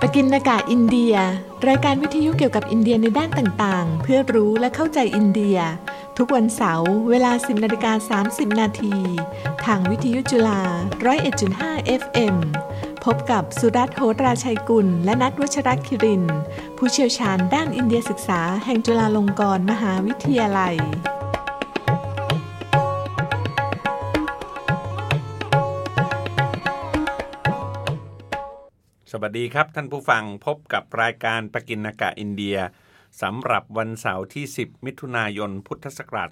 ปกินนากาอินเดีย รายการวิทยุเกี่ยวกับอินเดียในด้านต่างๆ เพื่อรู้และเข้าใจอินเดีย ทุกวันเสาร์เวลา 10นาฬิกา30 นาทีทางวิทยุจุฬา 101.5 FM พบกับสุรัตน์โหตราชัยกุล และนัทวัชรคิริน ผู้เชี่ยวชาญด้านอินเดียศึกษาแห่งจุฬาลงกรณ์มหาวิทยาลัย สวัสดีครับ ท่านผู้ฟังพบกับรายการปกินากะอินเดียสำหรับวันเสาร์ที่ 10 มิถุนายนพุทธศักราช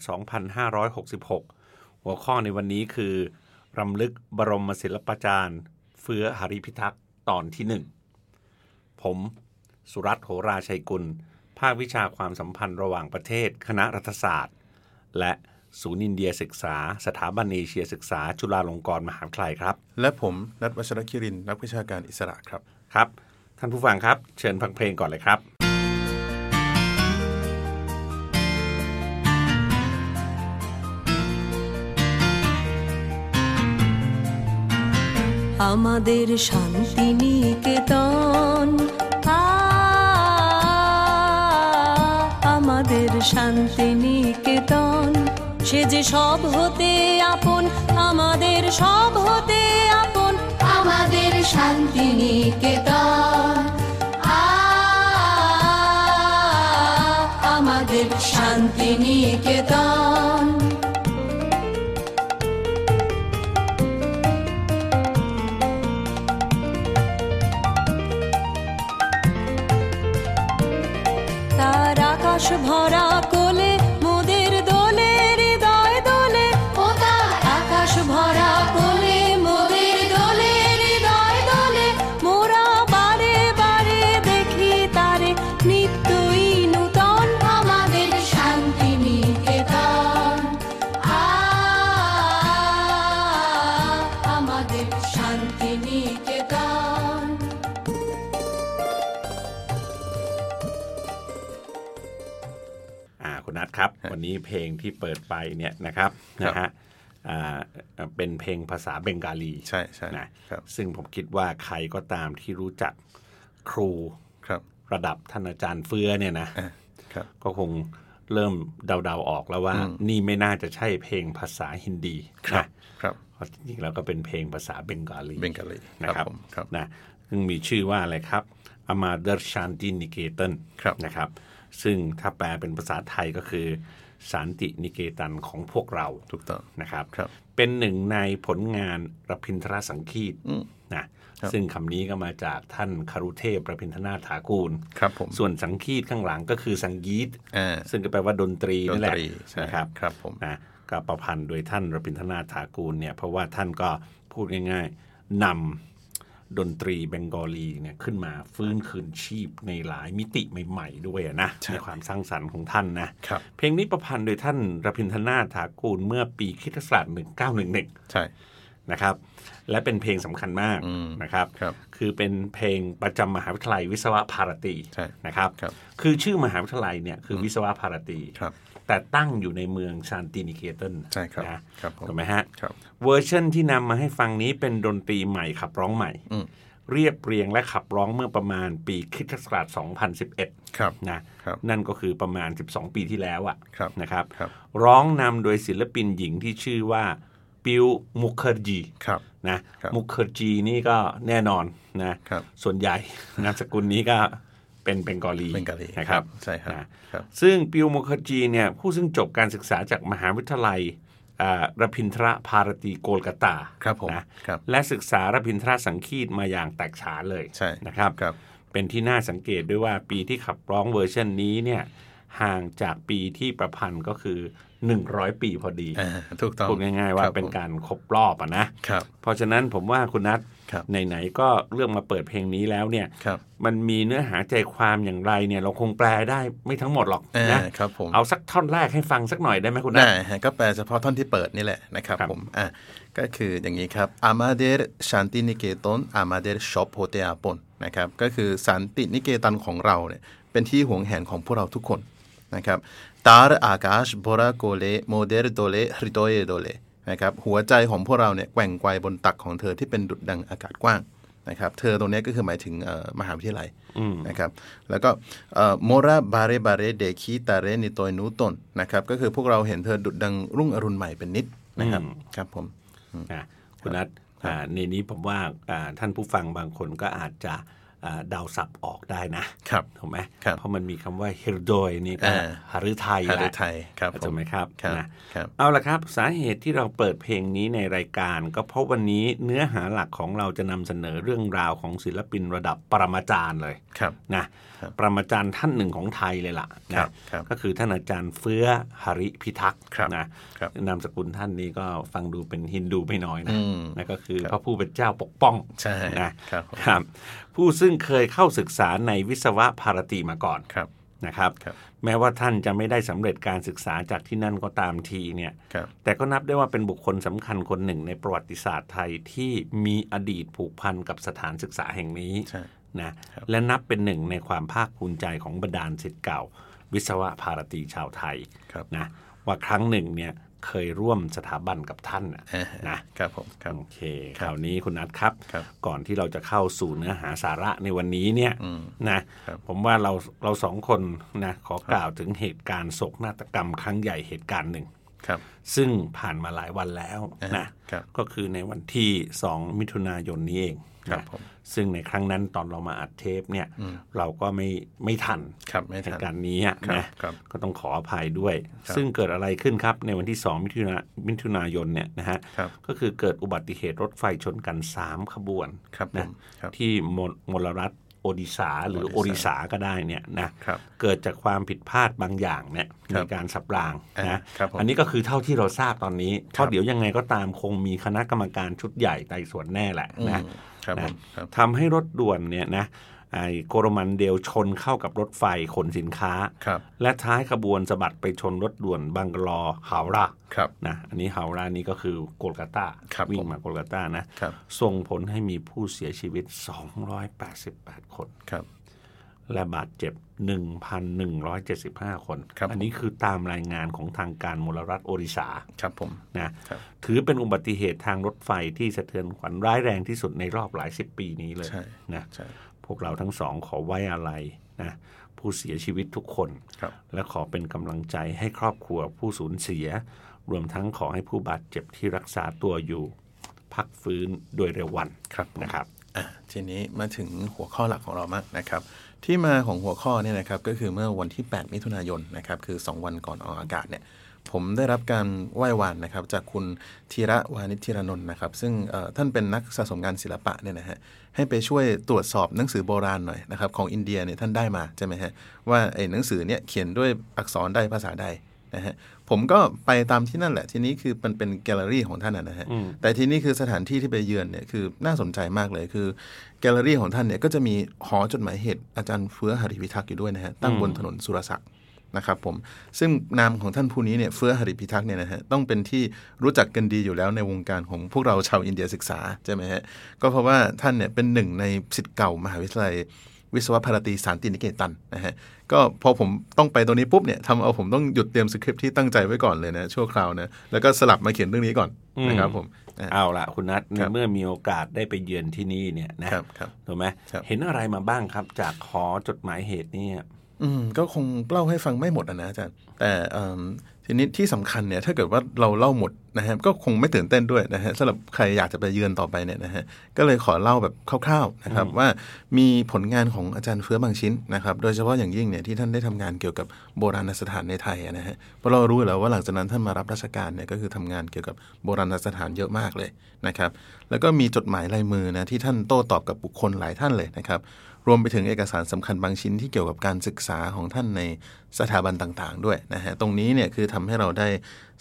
2566 หัวข้อในวันนี้คือ รำลึกบรมศิลปาจารย์ เฟื้อหริพิทักษ์ตอนที่หนึ่งผม สุรัตน์โหราชัยกุล ภาควิชาความสัมพันธ์ระหว่างประเทศ คณะรัฐศาสตร์ และศูนย์อินเดียศึกษา สถาบันเอเชียศึกษา จุฬาลงกรณ์มหาวิทยาลัยครับ และผมนัทวัชรคิรินทร์นักวิชาการอิสระครับ ครับ ท่านผู้ฟังครับ เชิญฟังเพลงก่อนเลยครับ আমাদের শান্তি নিকেতন আ, আমাদের শান্তি নিকেতন সে যে সব হতে আপন আমাদের সব হতে আপন আমাদের শান্তি নিকেতন আ, আমাদের শান্তি নিকেতন তার আকাশ ভরা কোলে মোদের দোলে হৃদয় দোলে ও তার আকাশ ভরা কোলে মোদের দোলে হৃদয় দোলে মোরা বারে বারে দেখি তারে নিত্যই নূতন আমাদের শান্তি নিকেতন আ আমাদের শান্তি নিকেতন อ่าคุณนัทครับ วันนี้เพลงที่เปิดไปเนี่ยนะครับ ครับ นะฮะอ่าเป็นเพลงภาษาเบงกาลี ใช่ใช่ นะครับ ซึ่งผมคิดว่าใครก็ตามที่รู้จักครู ครับ ระดับท่านอาจารย์เฟื้อเนี่ยนะ อ่ะครับ ก็คงเริ่มเดาๆออกแล้วว่า นี่ไม่น่าจะใช่เพลงภาษาฮินดี ครันะบครับ เพราะจริงๆแล้วก็เป็นเพลงภาษาเบงกาลี เบงกาลี นะ คครัรับ ผมครับ นะซึ่งมีชื่อว่าอะไรครับ Amader Shanti Niketan ครับ นะครับ ซึ่งถ้าแปลเป็นภาษาไทยก็คือ สันตินิเกตันของพวกเรา ถูกต้อง นะครับ ครับ เป็นหนึ่งในผลงานรพินทรสังคีต อืม นะครับ ซึ่งคำนี้ก็มาจากท่านคารุเทพรพินทนาถากูล ครับผม ส่วนสังคีตข้างหลังก็คือสังยีต อ่า ซึ่งก็แปลว่าดนตรี ดน นั่นแห ต ละ รีใช่ นะครับ ครับผม นะก็ประพันธ์โดยท่านรบินทนาถากูลเนี่ยเพราะว่าท่านก็พูดง่ายๆนำดนตรีเบงกอลีเนี่ยขึ้นมาฟื้นคืนชีพในหลายมิติใหม่ๆด้วยนะในความสร้างสรรค์ของท่านนะ ครับ เพลงนี้ประพันธ์โดยท่านรพินทนาถากูลเมื่อปีคริสตศักราช1911 ใช่ นะครับ และเป็นเพลงสำคัญมาก อืม นะครับ ครับ คือเป็นเพลงประจำมหาวิทยาลัยวิศวะภารตี ใช่ นะครับ ครับ คือชื่อมหาวิทยาลัยเนี่ยคือวิศวะภารตี ครับ แต่ตั้งอยู่ในเมืองชานตินิเคเตน ใช่ครับ นะครับ ผม ถูกไหมฮะ ครับ เวอร์ชันที่นำมาให้ฟังนี้เป็นดนตรีใหม่ขับร้องใหม่ อืม เรียบเรียงและขับร้องเมื่อประมาณปีคริสตศักราช 2011 ครับ นะครับ นั่นก็คือประมาณ 12 ปีที่แล้วอะ ครับ นะครับ ครับ ร้องนำโดยศิลปินหญิงที่ชื่อว่าปิวมุคเ e อร์จี ครับ นะครับ มุคเ e อร์จีนี่ก็แน่นอนนะ ครับ ส่วนใหญ่ นามสกุลนี้ก็เป็นเบงกอลี เบงกาลี นะครับ ใช่ครับ นะ ครับ ซึ่งปิวโมคจีเนี่ยผู้ซึ่งจบการศึกษาจากมหาวิทยาลัยอ่ารพินทรภารตีโกลกตา ครับผม นะครับ และศึกษารพินทรสังคีตมาอย่างแตกฉานเลย ใช่ นะครับ ครับ เป็นที่น่าสังเกตด้วยว่าปีที่ขับร้องเวอร์ชันนี้เนี่ยห่างจากปีที่ประพันธ์ก็คือ 100 ปีพอดี อ่าถูกต้อง พูดง่าย ๆ ว่า ครับ เป็น ผม การครบรอบอะนะครับ เพราะฉะนั้นผมว่าคุณนัท ครับ ไหนๆก็เลือกมาเปิดเพลงนี้แล้วเนี่ย ครับ มันมีเนื้อหาใจความอย่างไรเนี่ยเราคงแปลได้ไม่ทั้งหมดหรอก อ่า นะ ครับผม เอาสักท่อนแรกให้ฟังสักหน่อยได้ไหมคุณ ได้ นะ ฮะก็แปลเฉพาะท่อนที่เปิดนี่แหละนะครับ ครับ ผมอ่ะก็คืออย่างนี้ครับ amader shanti niketon amader shop hote apon นะครับก็คือสันตินิเกตันของเราเนี่ยเป็นที่หวงแหนของพวกเราทุกคนนะครับ tar akash bora kole moder dole hridoye dole นะครับหัวใจของพวกเราเนี่ยแกว่งไกวบนตักของเธอที่เป็นดุจดังอากาศกว้าง นะครับเธอตรงเนี้ยก็คือหมายถึงเอ่อมหาวิทยาลัยนะครับแล้วก็โมราบาเรบาเรเดคิตาเรนิโตยนูตนนะครับก็คือพวกเราเห็นเธอดุดดังรุ่งอรุณใหม่เป็นนิดนะครับครับผม นะคุณนัทอ่าในนี้ผมว่าอ่าท่านผู้ฟังบางคนก็อาจจะอ่าเดาศัพท์ออกได้นะครับ ถูกไหม ครับ เพราะมันมีคำว่าเฮรโดยนี่ก็ อ่า หฤไทย หฤทัยครับ ถูกไหมครับ ครับ นะครับ เอาละครับสาเหตุที่เราเปิดเพลงนี้ในรายการ ก็เพราะวันนี้เนื้อหาหลักของเราจะนำเสนอเรื่องราวของศิลปินระดับปรมาจารย์เลย ครับ นะประมาจารย์ท่านหนึ่งของไทยเลยล่ะ ครั นะ บครับ ก็คือท่านอาจารย์เฟื้อหริพิทักษ์ ครับ นะครับ นามสกุลท่านนี้ก็ฟังดูเป็นฮินดูไม่น้อยนะ อืม นะก็คือพระผู้เป็นเจ้าปกป้อง ใช่ นะครับ ครับผู้ซึ่งเคยเข้าศึกษาในวิศวะภารตีมาก่อน ครับ นะครับ ครับ แม้ว่าท่านจะไม่ได้สำเร็จการศึกษาจากที่นั่นก็ตามทีเนี่ย ครับ แต่ก็นับได้ว่าเป็นบุคคลสำคัญคนหนึ่งในประวัติศาสตร์ไทยที่มีอดีตผูกพันกับสถานศึกษาแห่งนี้ ใช่ นะครับ และนับเป็นหนึ่งในความภาคภูมิใจของบรรดาลศิษย์เก่า วิศวะภารตีชาวไทย ครับ นะว่าครั้งหนึ่งเนี่ยเคยร่วมสถาบันกับท่านน่ะนะ ครับผมครับ โอเคคราวนี้คุณนัทครับ ครับ ก่อนที่เราจะเข้าสู่เนื้อหาสาระในวันนี้เนี่ยนะครับ ผมว่าเราเราสองคนนะขอกล่าวถึงเหตุการณ์โศกนาฏกรรมครั้งใหญ่เหตุการณ์หนึ่ง ครับ ซึ่งผ่านมาหลายวันแล้วนะ อ่าครับ ก็คือในวันที่ 2 มิถุนายนนี้เอง ครับ นะ ผม ซึ่งในครั้งนั้นตอนเรามาอัดเทปเนี่ยเราก็ไม่ไม่ทัน ครับไม่ทัน เหตุการณ์นี้อะ ครับ นะครับ ก็ต้องขออภัยด้วย ครับ ซึ่งเกิดอะไรขึ้นครับในวันที่ 2 มิถุนามิถุนายนเนี่ยนะฮะ ครับ ก็คือเกิดอุบัติเหตุรถไฟชนกัน 3 ขบวน ครับผม นะครับ ที่มลมลรัฐโอดิสาหรือโอ โอดิ ดิสา สา ก็ได้เนี่ยนะครับ เกิดจากความผิดพลาดบางอย่างเนี่ย ครั ใน บ การสับราง อ่า นะครับ ผม อันนี้ นี่ก็คือเท่าที่เราทราบตอนนี้เพราะเดี๋ยวยังไงก็ตามคงมีคณะกรรมการชุดใหญ่ไต่สวนแน่แหละนะ อืมครับผ นะ มครับ ทำให้รถด่วนเนี่ยนะไอ้โกรมันเดลชนเข้ากับรถไฟขนสินค้า ครับ และท้ายขบวนสะบัดไปชนรถด่วนบังกลอฮาวรา ครับ นะอันนี้ฮาวรานี่ก็คือโกลกาตา ครับ วิ่ง ผม มาโกลกาตานะครับ ส่งผลให้มีผู้เสียชีวิต 288 คน ครับ และบาดเจ็บ 1,175 คน ครับผม อันี้คือตามรายงานของทางการมลรัฐโอริสา ครับผม นะครับ ถือเป็นอุบัติเหตุทางรถไฟที่สะเทือนขวัญร้ายแรงที่สุดในรอบหลายสิบปีนี้เลย ใช่ นะ ใช่ พวกเราทั้งสองขอไว้อะไรนะผู้เสียชีวิตทุกคน ครับ และขอเป็นกำลังใจให้ครอบครัวผู้สูญเสีย รวมทั้งขอให้ผู้บาดเจ็บที่รักษาตัวอยู่ พักฟื้นโดยเร็ววัน ครับผม นะครับ อ่ะทีนี้มาถึงหัวข้อหลักของเรามากนะครับ ที่มาของหัวข้อเนี่ยนะครับก็คือเมื่อวันที่ 8 มิถุนายนนะครับคือ 2 วันก่อนออกอากาศเนี่ยผมได้รับการไหว้วานนะครับจากคุณธีระวานิชธีรนนท์นะครับซึ่งเอ่อท่านเป็นนักสะสมงานศิลปะเนี่ยนะฮะให้ไปช่วยตรวจสอบหนังสือโบราณหน่อยนะครับของอินเดียเนี่ยท่านได้มาใช่ไหมฮะว่าไอ้หนังสือเนี่ยเขียนด้วยอักษรใดภาษาใดนะฮะผมก็ไปตามที่นั่นแหละทีนี้คือมันเป็นแกลเลอรี่ของท่านนะนะฮะ แต่ที่นี่คือสถานที่ที่ไปเยือนเนี่ยคือน่าสนใจมากเลยคือ แกลเลอรี่ของท่านเนี่ยก็จะมีหอจดหมายเหตุอาจารย์เฟื้อหริพิทักษ์อยู่ด้วยนะฮะตั้งบนถนนสุรศักดิ์นะครับผมซึ่งนามของท่านผู้นี้เนี่ยเฟื้อหริพิทักษ์เนี่ยนะฮะต้องเป็นที่รู้จักกันดีอยู่แล้วในวงการของพวกเราชาวอินเดียศึกษาใช่ไหมฮะก็เพราะว่าท่านเนี่ยเป็นหนึ่งในศิษย์เก่ามหาวิทยาลัย วิศวะภารตีสารตินิเกตันนะฮะก็พอผมต้องไปตรงนี้ปุ๊บเนี่ยทำเอาผมต้องหยุดเตรียมสคริปต์ที่ตั้งใจไว้ก่อนเลยนะชั่วคราวนะแล้วก็สลับมาเขียนเรื่องนี้ก่อนนะครับผม เอาละคุณนัทใน ครับ เมื่อมีโอกาสได้ไปเยือนที่นี่เนี่ยนะครับ ครับ ถูกไหม ครับ เห็นอะไรมาบ้างครับจากหอจดหมายเหตุเนี่ย อืมก็คงเล่าให้ฟังไม่หมดอะนะอาจารย์ แต่เอิ่มทีนี้ที่สำคัญเนี่ยถ้าเกิดว่าเราเล่าหมดนะฮะก็คงไม่ตื่นเต้นด้วยนะฮะสำหรับใครอยากจะไปเยือนต่อไปเนี่ยนะฮะก็เลยขอเล่าแบบคร่าวๆนะครับว่ามีผลงานของอาจารย์เฟื้อบางชิ้นนะครับโดยเฉพาะอย่างยิ่งเนี่ยที่ท่านได้ทำงานเกี่ยวกับโบราณสถานในไทยอะนะฮะเพราะเรารู้อยู่แล้วว่าหลังจากนั้นท่านมารับราชการเนี่ยก็คือทำงานเกี่ยวกับโบราณสถานเยอะมากเลยนะครับแล้วก็มีจดหมายลายมือนะที่ท่านโต้ตอบกับบุคคลหลายท่านเลยนะครับ รวมไปถึงเอกสารสำคัญบางชิ้นที่เกี่ยวกับการศึกษาของท่านในสถาบันต่างๆ ด้วยนะฮะตรงนี้เนี่ยคือทำให้เราได้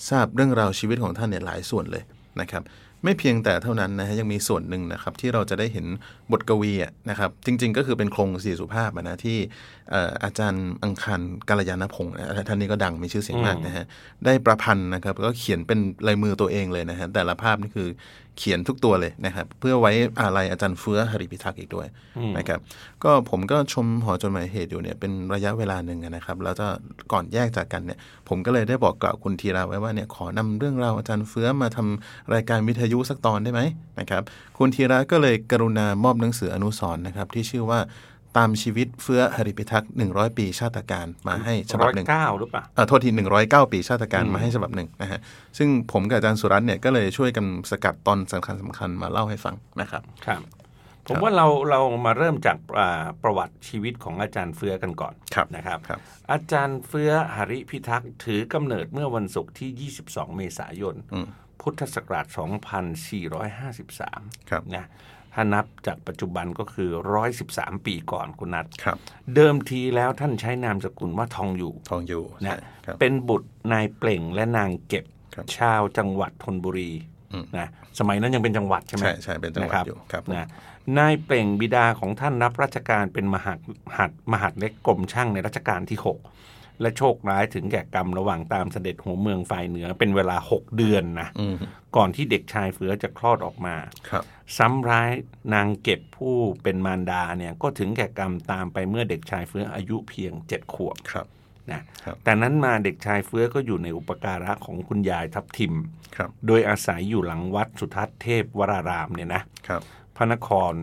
ทราบเรื่องราวชีวิตของท่านเนี่ยหลายส่วนเลยนะครับ ไม่เพียงแต่เท่านั้นนะฮะยังมีส่วนหนึ่งนะครับที่เราจะได้เห็นบทกวีอะนะครับ จริงๆ ก็คือเป็นโครงสี่สุภาพอะนะที่เอ่ออาจารย์อังคันกาลยานพงศ์นะฮะท่านนี้ก็ดังมีชื่อเสียงมากนะฮะได้ประพันธ์นะครับก็เขียนเป็นลายมือตัวเองเลยนะฮะแต่ละภาพนี่คือเขียนทุกตัวเลยนะครับเพื่อไว้อาลัยอาจารย์เฟื้อหริพิทักษ์อีกด้วยนะครับก็ผมก็ชมหอจดหมายเหตุอยู่เนี่ยเป็นระยะเวลาหนึ่งอะนะครับแล้วก็ก่อนแยกจากกันเนี่ยผมก็เลยได้บอกกล่าวคุณธีระไว้ว่าเนี่ยขอนำเรื่องราวอาจารย์เฟื้อมาทำรายการวิทยุ ทยุสักตอนได้ไหมนะครับคุณธีระก็เลยกรุณามอบหนังสืออนุสรณ์นะครับที่ชื่อว่าตามชีวิตเฟื้อหริพิทักษ์100 ปีชาติการมาให้ฉบับ ร้อย หนึ่ง เก้าหรือเปล่า อ่าโทษที109 ปีชาติการมาให้ฉบับหนึ่งนะฮะซึ่งผมกับอาจารย์สุรัตน์เนี่ยก็เลยช่วยกันสกัดตอนสำคัญสำคัญๆมาเล่าให้ฟังนะครับ ครับ ผมว่าเราเรามาเริ่มจากอ่าประวัติชีวิตของอาจารย์เฟื้อกันก่อน ครับ นะครับ ครับ อาจารย์เฟื้อหริพิทักษ์ถือกำเนิดเมื่อวันศุกร์ที่ 22 เมษายน พุทธศักราช 2453 ครับ นะถ้านับจากปัจจุบันก็คือ 113 ปีก่อนคุณนัท ครับ เดิมทีแล้วท่านใช้นามสกุลว่าทองอยู่ ทองอยู่ นะ ใช่ครับ เป็นบุตรนายเปล่งและนางเก็บ ครับ ชาวจังหวัดธนบุรีนะสมัยนั้นยังเป็นจังหวัดใช่ไหม ใช่ใช่เป็นจังหะวัดครั อยู่ครับผม นะนายเปล่งบิดาของท่านรับราชการเป็นมหาดหัดมหาดเล็กกรมช่างในรัชกาลที่ 6 และโชคร้ายถึงแก่กรรมระหว่างตามเสด็จหัวเมืองฝ่ายเหนือเป็นเวลา 6 เดือนนะ อืม ก่อนที่เด็กชายเฟือจะคลอดออกมา ครับ ซ้ำร้ายนางเก็บผู้เป็นมารดาเนี่ยก็ถึงแก่กรรมตามไปเมื่อเด็กชายเฟืออายุเพียงเจ็ดขวบ ครับ นะครับ แต่นั้นมาเด็กชายเฟื้อก็อยู่ในอุปการะของคุณยายทับทิม ครับ โดยอาศัยอยู่หลังวัดสุทัศน์เทพวรารามเนี่ยนะครับ พระนคร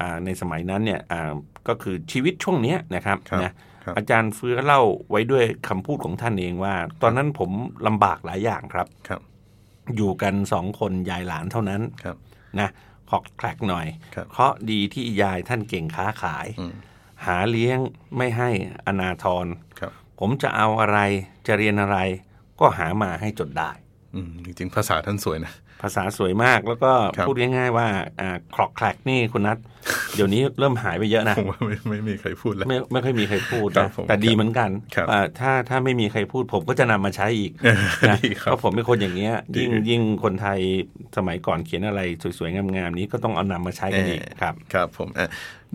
อ่าในสมัยนั้นเนี่ยอ่าก็คือชีวิตช่วงเนี้ยนะครับ ครับ นะครับ อาจารย์เฟื้อเล่าไว้ด้วยคำพูดของท่านเองว่า ตอนนั้นผมลำบากหลายอย่างครับ ครับ อยู่กันสองคนยายหลานเท่านั้น ครับ นะขอกแคลกหน่อย ครับ เพราะดีที่ยายท่านเก่งค้าขาย อืม หาเลี้ยงไม่ให้อนาทร ครับ ผมจะเอาอะไรจะเรียนอะไรก็หามาให้จดได้ อืมจริงๆภาษาท่านสวยนะ ภาษาสวยมากแล้วก็ ครับ พูดง่ายๆว่าอ่าคลอกแคลกนี่คุณนัท เดี๋ยวนี้เริ่มหายไปเยอะนะ ผมว่าไม่ไม่มีใครพูดแล้ว ไม่ไม่ค่อยมีใครพูด ครั นะ บผม แต่ดีเหมือนกัน ครับ อ่าถ้าถ้าไม่มีใครพูดผมก็จะนำมาใช้อีก เออ นะ ดีครับ เพราะผมเป็นคนอย่างเงี้ย ดี ยิ่งยิ่งคนไทยสมัยก่อนเขียนอะไรสวยๆงามๆนี้ก็ต้องเอานำมาใช้กันอีก เออ ครับ ครับผมอ่ะ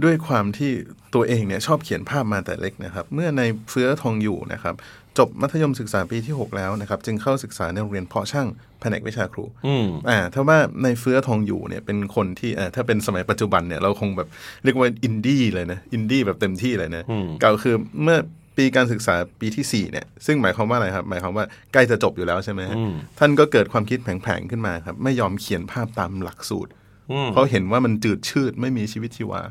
ด้วยความที่ตัวเองเนี่ยชอบเขียนภาพมาแต่เล็กนะครับ เมื่อในเฟื้อทองอยู่นะครับ จบมัธยมศึกษาปีที่ 6 แล้วนะครับ จึงเข้าศึกษาในโรงเรียนเพาะช่างแผนกวิชาครู อืม อ่าถ้าว่าในเฟื้อทองอยู่เนี่ยเป็นคนที่อ่าถ้าเป็นสมัยปัจจุบันเนี่ยเราคงแบบเรียกว่าอินดี้เลยนะอินดี้แบบเต็มที่เลยนะก็คือเมื่อปีการศึกษาปีทีสี่4เนี่ยซึ่งหมายความว่าอะไรครับหมายความว่าใกล้จะจบอยู่แล้วใช่ไหมฮะท่านก็เกิดความคิดแผลงๆขึ้นมาครับไม่ยอมเขียนภาพตามหลักสูตร อืม เพราะเห็นว่ามันจืดชืดไม่มีชีวิตชีวา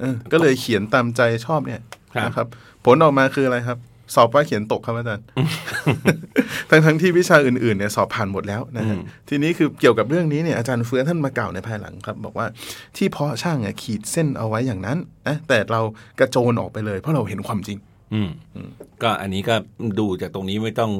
เออก็เลยเขียนตามใจชอบเนี่ย ครับ นะครับ ผลออกมาคืออะไรครับ สอบว่าเขียนตกครับอาจารย์ ทั้งทั้งๆที่วิชาอื่นๆเนี่ยสอบผ่านหมดแล้วนะฮะทีนี้คือเกี่ยวกับเรื่องนี้เนี่ยอาจารย์เฟื้อท่านมากล่าวในภายหลังครับ บอกว่าที่เพาะช่างเนี่ยขีดเส้นเอาไว้อย่างนั้นนะแต่เรากระโจนออกไปเลย เพราะเราเห็นความจริง อืมก็อันนี้ก็ดูจากตรงนี้ไม่ต้อง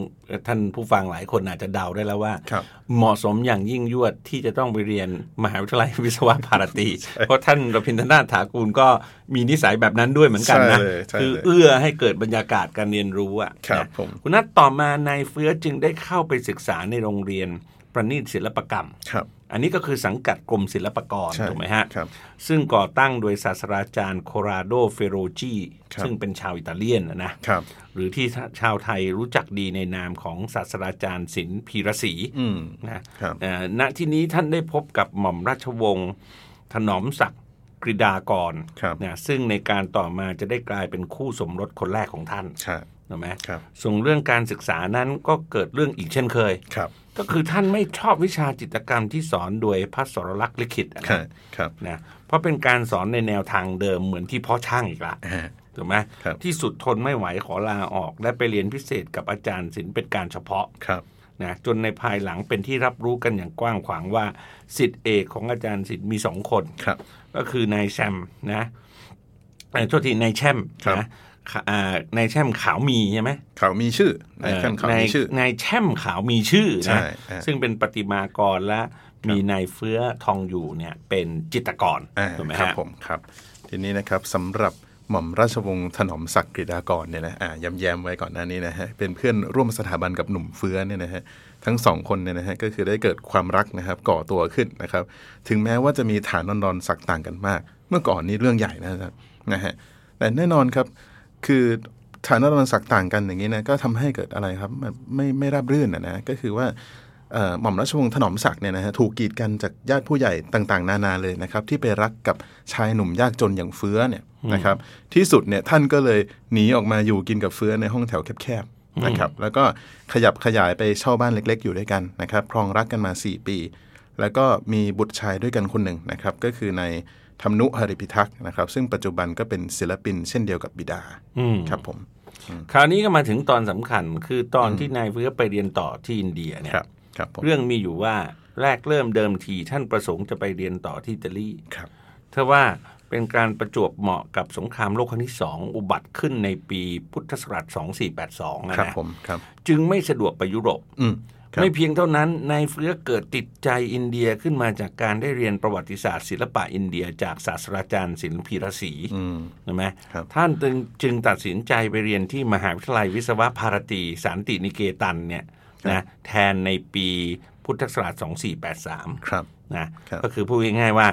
ท่านผู้ฟังหลายคนอาจจะเดาได้แล้วว่า ครับ เหมาะสมอย่างยิ่งยวดที่จะต้องไปเรียนมหาวิทยาลัยวิศวะภารตี เพราะท่านรพินทนาถถากูลก็มีนิสัยแบบนั้นด้วยเหมือนกันนะ ใช่เลยใช่เลย คือเอื้อให้เกิดบรรยากาศการเรียนรู้อ่ะ ครับ นะ ผม คุณนัทต่อมานายเฟื้อจึงได้เข้าไปศึกษาในโรงเรียนประณีตศิลปกรรม ครับ อันนี้ก็คือสังกัดกรมศิลปากร ใช่ ถูกไหมฮะ ครับ ซึ่งก่อตั้งโดยศาสตราจารย์โคราโดเฟโรจี ครับ ซึ่งเป็นชาวอิตาเลียนนะนะ ครับ หรือที่ชาวไทยรู้จักดีในนามของศาสตราจารย์ศิลป์พีระศรี อืม นะครับ เอ่อณที่นี้ท่านได้พบกับหม่อมราชวงศ์ถนอมศักดิ์กริดากร ครับ นะซึ่งในการต่อมาจะได้กลายเป็นคู่สมรสคนแรกของท่าน ใช่ ถูกไหม ครับ ส่วนเรื่องการศึกษานั้นก็เกิดเรื่องอีกเช่นเคย ครับ ก็คือท่านไม่ชอบวิชาจิตรกรรมที่สอนโดยพระสรลักษณ์ลิขิตอะ ใช่ นะครับ นะเพราะเป็นการสอนในแนวทางเดิมเหมือนที่พ่อช่างอีกละ อ่า ถูกไหม ครับ ที่สุดทนไม่ไหวขอลาออก และไปเรียนพิเศษกับอาจารย์ศิลป์เป็นการเฉพาะ ครับ นะจนในภายหลังเป็นที่รับรู้กันอย่างกว้างขวางว่าสิทธิเอกของอาจารย์ศิลป์มีสองคน ครับ ก็คือนายแชมนะเอ่อโทษทีนายแชม ครับ นะค่ะอ่านายแชมขาวมีใช่ไหม เขามีชื่อในแคมป์เขา เอ่อ มีชื่อ นายแชมขาวมีชื่อ ใช่ นะ อ่า ซึ่งเป็นประติมากรและมีนายเฟื้อทองอยู่เนี่ยเป็นจิตรกร อ่า ถูกไหม ครับ ฮะ ผมครับ ทีนี้นะครับสำหรับหม่อมราชวงศ์ถนอมศักดิ์กฤษฎากรเนี่ยนะอ่าย้ำแย้มไว้ก่อนหน้านี้นะฮะเป็นเพื่อนร่วมสถาบันกับหนุ่มเฟื้อเนี่ยนะฮะทั้งสองคนเนี่ยนะฮะก็คือได้เกิดความรักนะครับก่อตัวขึ้นนะครับ ถึงแม้ว่าจะมีฐานนอนๆสักต่างกันมาก เมื่อก่อนนี้เรื่องใหญ่นะครับนะฮะแต่แน่นอนครับคือฐานนอนสักต่างกันอย่างนี้นะก็ทำให้เกิดอะไรครับมันไม่ไม่ราบรื่นนะนะก็คือว่า เอ่อหม่อมราชวงศ์ถนอมศักดิ์เนี่ยนะฮะถูกกีดกันจากญาติผู้ใหญ่ต่างๆ นานาเลยนะครับ ที่ไปรักกับชายหนุ่มยากจนอย่างเฟื้อเนี่ยนะครับ ที่สุดเนี่ยท่านก็เลยหนีออกมาอยู่กินกับเฟื้อในห้องแถวแคบๆนะครับ แล้วก็ขยับขยายไปเช่าบ้านเล็ก ๆ อยู่ด้วยกันนะครับพรองรักกันมา 4 ปี แล้วก็มีบุตรชายด้วยกันคนหนึ่งนะครับ ก็คือในายธรรมนุหริพิทักษ์นะครับ ซึ่งปัจจุบันก็เป็นศิลปินเช่นเดียวกับบิดา อืม ครับผม คราวนี้ก็มาถึงตอนสำคัญคือตอนที่นายเฟื้อไปเรียนต่อที่อินเดียเนี่ยครับครับผม เรื่องมีอยู่ว่าแรกเริ่มเดิมทีท่านประสงค์จะไปเรียนต่อที่อิตาลี ครับ เธอว่าเป็นการประจวบเหมาะกับสงครามโลกครั้งที่สองอุบัติขึ้นในปีพุทธศักราช 2482นะครับ นะ ผมครับ จึงไม่สะดวกไปยุโรป อืมครับ ไม่เพียงเท่านั้นนายเฟื้อเกิดติดใจอินเดียขึ้นมาจากการได้เรียนประวัติศาสตร์ศิลปะอินเดียจากศาสตราจารย์ศิลปีรศรี อืม ใช่ไหม ครับ ท่านจึงจึงตัดสินใจไปเรียนที่มหาวิทยาลัยวิศวะภารตีสันตินิเกตันเนี่ยนะแทนในปีพุทธศักราช 2483 ครับ นะครับ ก็คือพูดง่ายๆว่า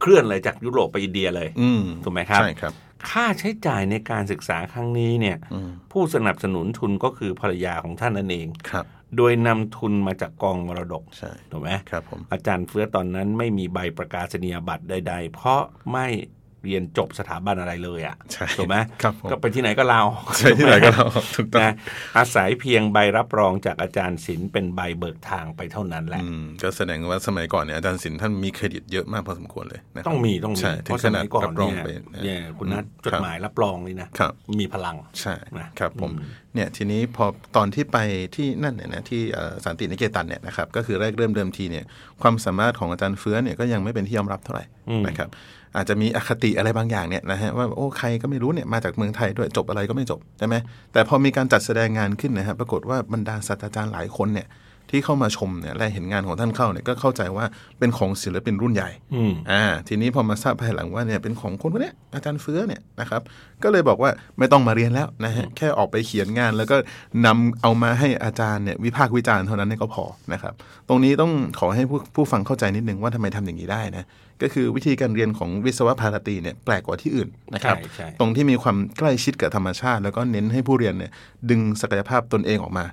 เคลื่อนเลยจากยุโรปไปอินเดียเลย อืม ถูกไหมครับ ใช่ครับ ค่าใช้จ่ายในการศึกษาครั้งนี้เนี่ย อืม ผู้สนับสนุนทุนก็คือภรรยาของท่านนั่นเอง ครับ โดยนำทุนมาจากกองมรดก ใช่ ถูกไหม ครับผม อาจารย์เฟื้อตอนนั้นไม่มีใบประกาศนียบัตรใด ๆ เพราะไม่เรียนจบสถาบันอะไรเลยอะ ใช่ ่ะถูกไหม ครับผม ก็ไปที่ไหนก็ลาออก ใช่ที่ไหนก็เราถูกต้อง นะอาศัยเพียงใบรับรองจากอาจารย์ศิลป์เป็นใบเบิกทางไปเท่านั้นแหละ อืมก็แสดงว่าสมัยก่อนเนี่ยอาจารย์ศิลป์ท่านมีเครดิตเยอะมากพอสมควรเลยนะครับ ต้องมีต้องมี ใช่ เพ ถึง ราะ ข ส นา มัยดก่อน รับรอง เนี่ย ไป เนี่ยคุณนัทจดหมาย ครับ รับรองนี่นะครับ มีพลัง ใช่ นะครับ ผม อืม เนี่ยทีนี้พอตอนที่ไปที่นั่นเนี่ยนะที่เอ่อสันตินิเกตันเนี่ยนะครับก็คือแรกเริ่มเดิมทีเนี่ยความสามารถของอาจารย์เฟื้อเนี่ยก็ยังไม่เป็นที่ยอมรับเท่าไหร่นะครับอาจจะมีอคติอะไรบางอย่างเนี่ยนะฮะว่าโอ้ใครก็ไม่รู้เนี่ยมาจากเมืองไทยด้วยจบอะไรก็ไม่จบใช่ไหมแต่พอมีการจัดแสดงงานขึ้นนะฮะปรากฏว่าบรรดาศาสตราจารย์หลายคนเนี่ยที่เข้ามาชมเนี่ยและเห็นงานของท่านเข้าเนี่ยก็เข้าใจว่าเป็นของศิลปินรุ่นใหญ่ อืม อ่าทีนี้พอมาทราบภายหลังว่าเนี่ยเป็นของคนคนเนี้ยอาจารย์เฟื้อเนี่ยนะครับก็เลยบอกว่าไม่ต้องมาเรียนแล้วนะฮะแค่ออกไปเขียนงาน แล้วก็นำเอามาให้อาจารย์เนี่ยวิพากษ์วิจารณ์เท่านั้นเนี่ยก็พอนะครับตรงนี้ต้องขอให้ผู้ผู้ฟังเข้าใจนิดนึงว่าทำไมทำอย่างนี้ได้นะก็คือวิธีการเรียนของวิศวะภารตีเนี่ยแปลกกว่าที่อื่นนะครับ ใช่ใช่ ตรงที่มีความใกล้ชิดกับธรรมชาติ แล้วก็เน้นให้ผู้เรียนเนี่ยดึงศักยภาพตนเองออกมา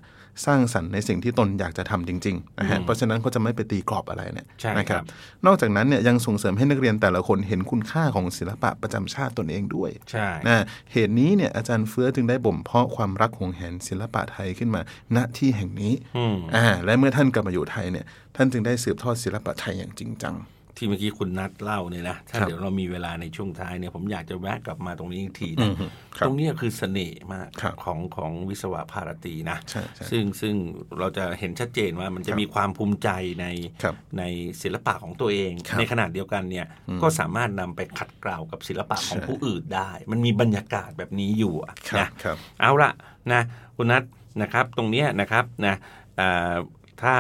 สร้างสรรค์ในสิ่งที่ตนอยากจะทำจริงๆนะฮะเพราะฉะนั้นก็จะไม่ไปตีกรอบอะไรเนี่ย ใช่ นะค ครั รับ บ นอกจากนั้นเนี่ยยังส่งเสริมให้นักเรียนแต่ละคนเห็นคุณค่าของศิลปะประจำชาติตนเองด้วย ใช่ นะเหตุนี้เนี่ยอาจารย์เฟื้อจึงได้บ่มเพาะความรักหวงแหนศิลปะไทยขึ้นมาณที่แห่งนี้ อืม อ่าและเมื่อท่านกลับมาอยู่ไทยเนี่ยท่านจึงได้สืบทอดศิลปะไทยอย่างจริงจัง ที่เมื่อกี้คุณนัทเล่าเนี่ยนะถ้า ครับ เดี๋ยวเรามีเวลาในช่วงท้ายเนี่ยผมอยากจะแวะกลับมาตรงนี้อีกทีนะ อืมครับ ตรงเนี้ยคือเสน่ห์มาก ครับ ของของวิศวะภารตีนะ ใช่ใช่ ซึ่งซึ่งเราจะเห็นชัดเจนว่ามันจะมีความภูมิใจใน ครับ ในศิลปะของตัวเอง ครับ ในขณะเดียวกันเนี่ยก็สามารถนำไปขัดเกลากับศิลปะของ ใช่ ผู้อื่นได้ มันมีบรรยากาศแบบนี้อยู่อะ ครับ นะครับ เอาละนะคุณนัทนะครับตรงเนี้ยนะครับนะอ่า ถ้า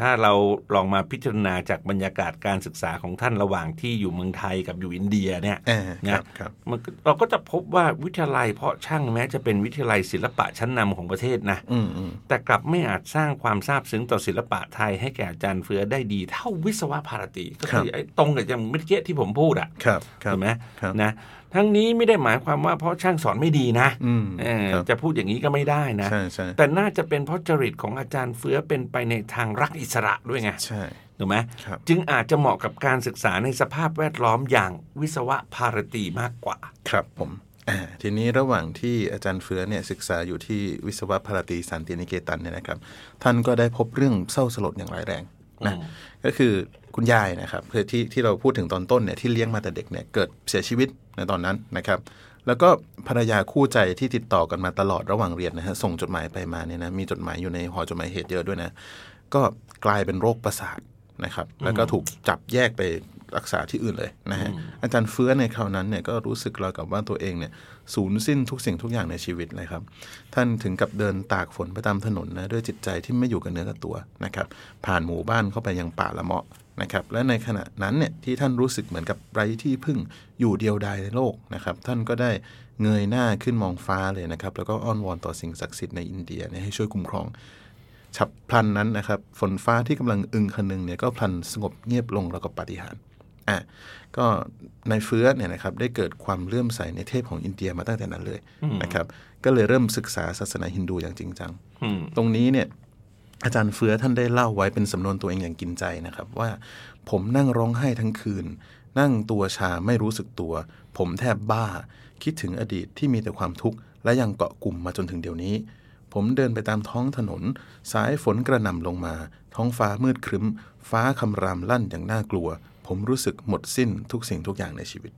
ถ้าเราลองมาพิจารณาจากบรรยากาศการศึกษาของท่านระหว่างที่อยู่เมืองไทยกับอยู่อินเดียเนี่ย อ่าค นะ รับครับ มันก็เราก็จะพบว่าวิทยาลัยเพาะช่างแม้จะเป็นวิทยาลัยศิลปะชั้นนำของประเทศนะ อืมอืม แต่กลับไม่อาจสร้างความซาบซึ้งต่อศิลปะไทยให้แก่อาจารย์เฟือได้ดีเท่าวิศวะภารตีก็คือไอ้ตรงกับอย่างเมื่อกี้ที่ผมพูดอะ ครับครับ ใช่ไหม ครับ นะทั้งนี้ไม่ได้หมายความว่าเพราะช่างสอนไม่ดีนะ อืม เออ ครับ จะพูดอย่างนี้ก็ไม่ได้นะ ใช่ใช่ แต่น่าจะเป็นเพราะจริตของอาจารย์เฟื้อเป็นไปในทางรักอิสระด้วยไง ใช่ ถูกไหม ครับ จึงอาจจะเหมาะกับการศึกษาในสภาพแวดล้อมอย่างวิศวะภารตีมากกว่า ครับผมอ่าทีนี้ระหว่างที่อาจารย์เฟื้อเนี่ยศึกษาอยู่ที่วิศวะภารตีสันตินิเกตันเนี่ยนะครับ ท่านก็ได้พบเรื่องเศร้าสลดอย่างร้ายแรงนะ อืม ก็คือคุณยายนะครับเพื่อที่ที่เราพูดถึงตอนต้นเนี่ยที่เลี้ยงมาแต่เด็กเนี่ยเกิดเสียชีวิตในตอนนั้นนะครับ แล้วก็ภรรยาคู่ใจที่ติดต่อกันมาตลอดระหว่างเรียนนะฮะส่งจดหมายไปมาเนี่ยนะมีจดหมายอยู่ในหอจดหมายเหตุเยอะด้วยนะ ก็กลายเป็นโรคประสาทนะครับ แล้วก็ถูกจับแยกไปรักษาที่อื่นเลยนะฮะ อาจารย์เฟื้อในคราวนั้นเนี่ยก็รู้สึกเราวกับว่าตัวเองเนี่ยสูญสิ้นทุกสิ่งทุกอย่างในชีวิตเลยครับ ท่านถึงกับเดินตากฝนไปตามถนนนะด้วยจิตใจที่ไม่อยู่กับเนื้อกับตัวนะครับ ผ่านหมู่บ้านเข้าไปยังป่าละเมาะนะครับ และในขณะนั้นเนี่ยที่ท่านรู้สึกเหมือนกับไร้ที่พึ่งอยู่เดียวดายในโลกนะครับ ท่านก็ได้เงยหน้าขึ้นมองฟ้าเลยนะครับ แล้วก็อ้อนวอนต่อสิ่งศักดิ์สิทธิ์ในอินเดียเนี่ยให้ช่วยคุ้มครอง ฉับพลันนั้นนะครับฝนฟ้าที่กำลังอึงคนึงเนี่ยก็พลันสงบเงียบลงแล้วก็ปาฏิหารย์อ่ะก็ในเฟื้อเนี่ยนะครับได้เกิดความเลื่อมใสในเทพของอินเดียมาตั้งแต่นั้นเลยนะครับก็เลยเริ่มศึกษาศาสนาฮินดูอย่างจริงจัง อืม ตรงนี้เนี่ยอาจารย์เฟื้อท่านได้เล่าไว้เป็นสำนวนตัวเองอย่างกินใจนะครับ ว่าผมนั่งร้องไห้ทั้งคืน นั่งตัวชาไม่รู้สึกตัว ผมแทบบ้า คิดถึงอดีตที่มีแต่ความทุกข์และยังเกาะกลุ่มมาจนถึงเดี๋ยวนี้ ผมเดินไปตามท้องถนน สายฝนกระหน่ำลงมา ท้องฟ้ามืดครึ้ม ฟ้าคำรามลั่นอย่างน่ากลัว ผมรู้สึกหมดสิ้นทุกสิ่งทุกอย่างในชีวิต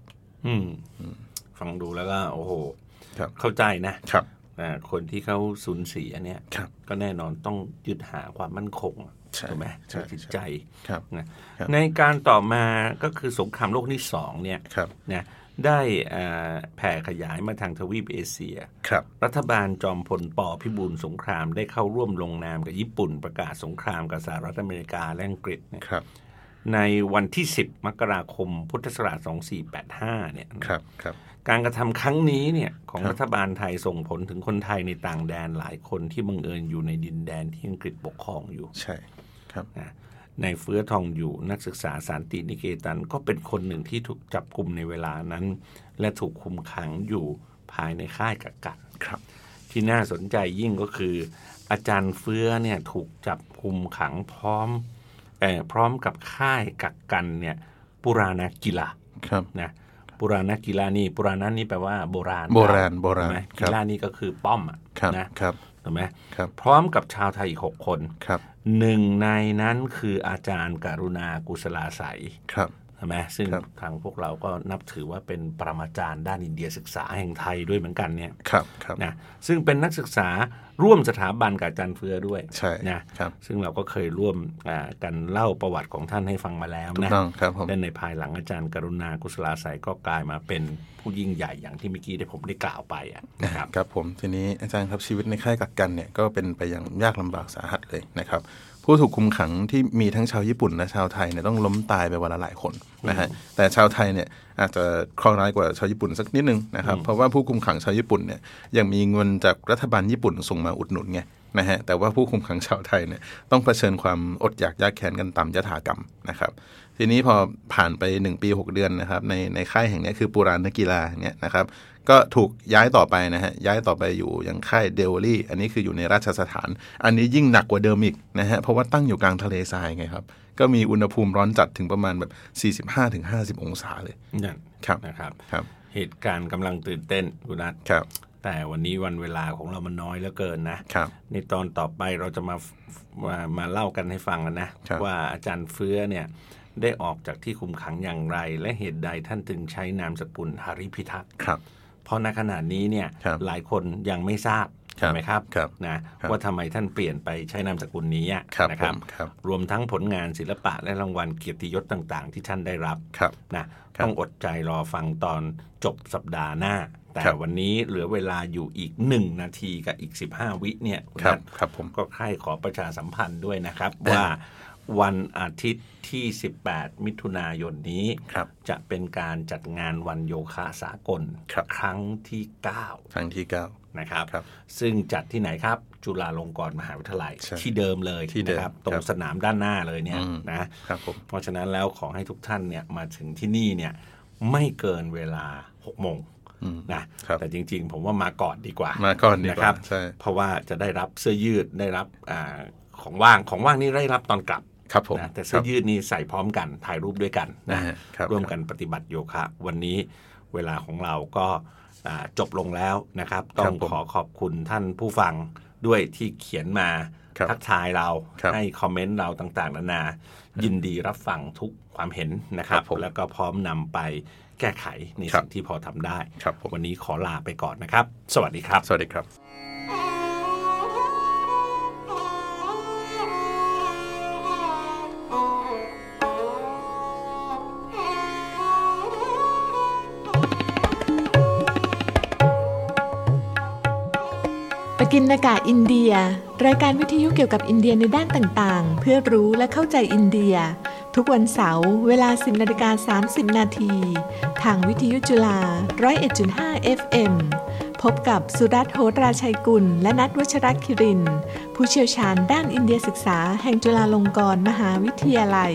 อืมฟังดูแล้วก็โอ้โห ครับ เข้าใจนะครับ อ่าคนที่เขาสูญเสียเนี่ย ครับ ก็แน่นอนต้องยึดหาความมั่นคง ใช่ ถูกไหม ใช่ ทางจิตใจ ครับ นะครับ ในการต่อมาก็คือสงครามโลกที่สองเนี่ย ครับ นะได้อ่าแผ่ขยายมาทางทวีปเอเชีย ครับ รัฐบาลจอมพลปพิบูลสงครามได้เข้าร่วมลงนามกับญี่ปุ่นประกาศสงครามกับสหรัฐอเมริกาและอังกฤษเนี่ย ครับ ในวันที่ 10 มกราคม พุทธศักราช 2485 เนี่ยนะครับ ครับ การกระทำครั้งนี้เนี่ยของ ครับ รัฐบาลไทยส่งผลถึงคนไทยในต่างแดนหลายคนที่บังเอิญอยู่ในดินแดนที่อังกฤษปกครองอยู่ ใช่ ครับ นะในเฟื้อทองอยู่นักศึกษาสันตินิเกตันก็เป็นคนหนึ่งที่ถูกจับกลุ่มในเวลานั้น และถูกคุมขังอยู่ภายในค่ายกักกัน ครับ ที่น่าสนใจยิ่งก็คือ อาจารย์เฟื้อเนี่ยถูกจับคุมขังพร้อมเออพร้อมกับค่ายกักกันเนี่ยปุราณกีฬา ครับ นะปุราณกีฬานี่ปุราณนี่แปลว่าโบราณ โบราณโบราณ ใช่ไหม ครั กี บ ฬานี่ก็คือป้อมอะ ครับ นะครับ ถูกไหม ครับ พร้อมกับชาวไทยอีกหกคน ครับ หนึ่งในนั้นคืออาจารย์การุณากุศลาใสย ครับ ใช่ไหมซึ่ง ครับ ทางพวกเราก็นับถือว่าเป็นปรมาจารย์ด้านอินเดียศึกษาแห่งไทยด้วยเหมือนกันเนี่ย ครับ ครับ นะซึ่งเป็นนักศึกษาร่วมสถาบันกับอาจารย์เฟือด้วย ใช่ นะครับ ซึ่งเราก็เคยร่วมอ่ากันเล่าประวัติของท่านให้ฟังมาแล้ว ถูก นะ ต้องครับผม และในภายหลังอาจารย์กรุณากุศลาสายก็กลายมาเป็นผู้ยิ่งใหญ่อย่างที่เมื่อกี้ได้ผมได้กล่าวไปอะนะครับ ครับผมทีนี้อาจารย์ครับชีวิตในค่ายกักกันเนี่ยก็เป็นไปอย่างยากลำบากสาหัสเลยนะครับ ผู้ถูกคุมขังที่มีทั้งชาวญี่ปุ่นและชาวไทยเนี่ยต้องล้มตายไปวันละหลายคนนะฮะแต่ชาวไทยเนี่ยอาจจะเคราะห์ร้ายกว่าชาวญี่ปุ่นสักนิดนึงนะครับเพราะว่าผู้คุมขังชาวญี่ปุ่นเนี่ยยังมีเงินจากรัฐบาลญี่ปุ่นส่งมาอุดหนุนไงนะฮะแต่ว่าผู้คุมขังชาวไทยเนี่ยต้องเผชิญความอดอยากยากแค้นกันตามยถากรรมนะครับ ทีนี้พอผ่านไป 1 ปี 6 เดือนนะครับในในค่ายแห่งเนี้ยคือปูรานนกีฬาเนี่ยนะครับก็ถูกย้ายต่อไปนะฮะย้ายต่อไปอยู่ยังค่ายเดลลี่ อันนี้คืออยู่ในราชสถาน อันนี้ยิ่งหนักกว่าเดิมอีกนะฮะเพราะว่าตั้งอยู่กลางทะเลทรายไงครับ ก็มีอุณหภูมิร้อนจัดถึงประมาณแบบ 45-50 องศาเลย นั่น ครับ นะครับ ครับ เหตุการณ์กำลังตื่นเต้นคุณนัท ครับ แต่วันนี้วันเวลาของเรามันน้อยเหลือเกินนะ ครับ ในตอนต่อไปเราจะมามามาเล่ากันให้ฟังนะ ครับ ว่าอาจารย์เฟื้อเนี่ยได้ออกจากที่คุมขังอย่างไร และเหตุใดท่านถึงใช้นามสกุลหาริพิทักษ์ ครับ เพราะณขณะนี้เนี่ย ครับ หลายคนยังไม่ทราบ ครั ใช่ บ ไหมครับ ครับ นะครับ ว่าทำไมท่านเปลี่ยนไปใช้นามสกุลนี้อะ ครับ นะครับ ผมครับ รวมทั้งผลงานศิลปะและรางวัลเกียรติยศต่างๆ ที่ท่านได้รับ ครับ นะครับ ต้องอดใจรอฟังตอนจบสัปดาห์หน้า แต่ ครับ วันนี้เหลือเวลาอยู่อีก 1 นาทีกับอีก 15 วิเนี่ยณ ครับ นัท ครับผม ก็ใคร่ขอประชาสัมพันธ์ด้วยนะครับ ได้ ว่าวันอาทิตย์ที่ 18 มิถุนายนนี้ ครับ จะเป็นการจัดงานวันโยคะสากล ครับ ครั้งที่ ครั้งที่ 9 นะครับ ครับ ซึ่งจัดที่ไหนครับ จุฬาลงกรณ์มหาวิทยาลัย ใช่ ที่เดิมเลย ที่เดิม นะครับ ครับ ตรงสนามด้านหน้าเลยเนี่ย อืม นะ 9 ครับผม เพราะฉะนั้นแล้วขอให้ทุกท่านเนี่ยมาถึงที่นี่เนี่ยไม่เกินเวลา 6 โมง อืม นะครับ แต่จริง ๆ ผมว่ามาก่อนดีกว่า มาก่อนดี นะ ก ครั ว่า บ ใช่ เพราะว่าจะได้รับเสื้อยืดได้รับอาของว่างของว่างนี่ได้รับตอนกลับ ครับผม นะแต่ ค เสื้ รั อบ ยืดนี่ใส่พร้อมกันถ่ายรูปด้วยกันนะ อ่าครับ ร่วมกันปฏิบัติโยคะ วันนี้เวลาของเราก็อ่าจบลงแล้วนะครับ ต้อครับ ง ผม ขอขอบคุณท่านผู้ฟังด้วยที่เขียนมา ครับ ทักทายเรา ครับ ให้คอมเมนต์เราต่างๆนานา ยินดีรับฟังทุกความเห็นนะครั ครับ บผม แล้วก็พร้อมนำไปแก้ไขใน ครับ สิ่งที่พอทำได้ ครับผม วันนี้ขอลาไปก่อนนะครับ สวัสดีครับ สวัสดีครับ ปกินากาอินเดีย รายการวิทยุเกี่ยวกับอินเดียในด้านต่างๆ เพื่อรู้และเข้าใจอินเดีย ทุกวันเสาร์เวลา 10นาฬิกา30 นาทีทางวิทยุจุฬา 101.5 FM พบกับสุรัตน์โหตราชัยกุล และนัทวัชรคิริน ผู้เชี่ยวชาญด้านอินเดียศึกษาแห่งจุฬาลงกรณ์มหาวิทยาลัย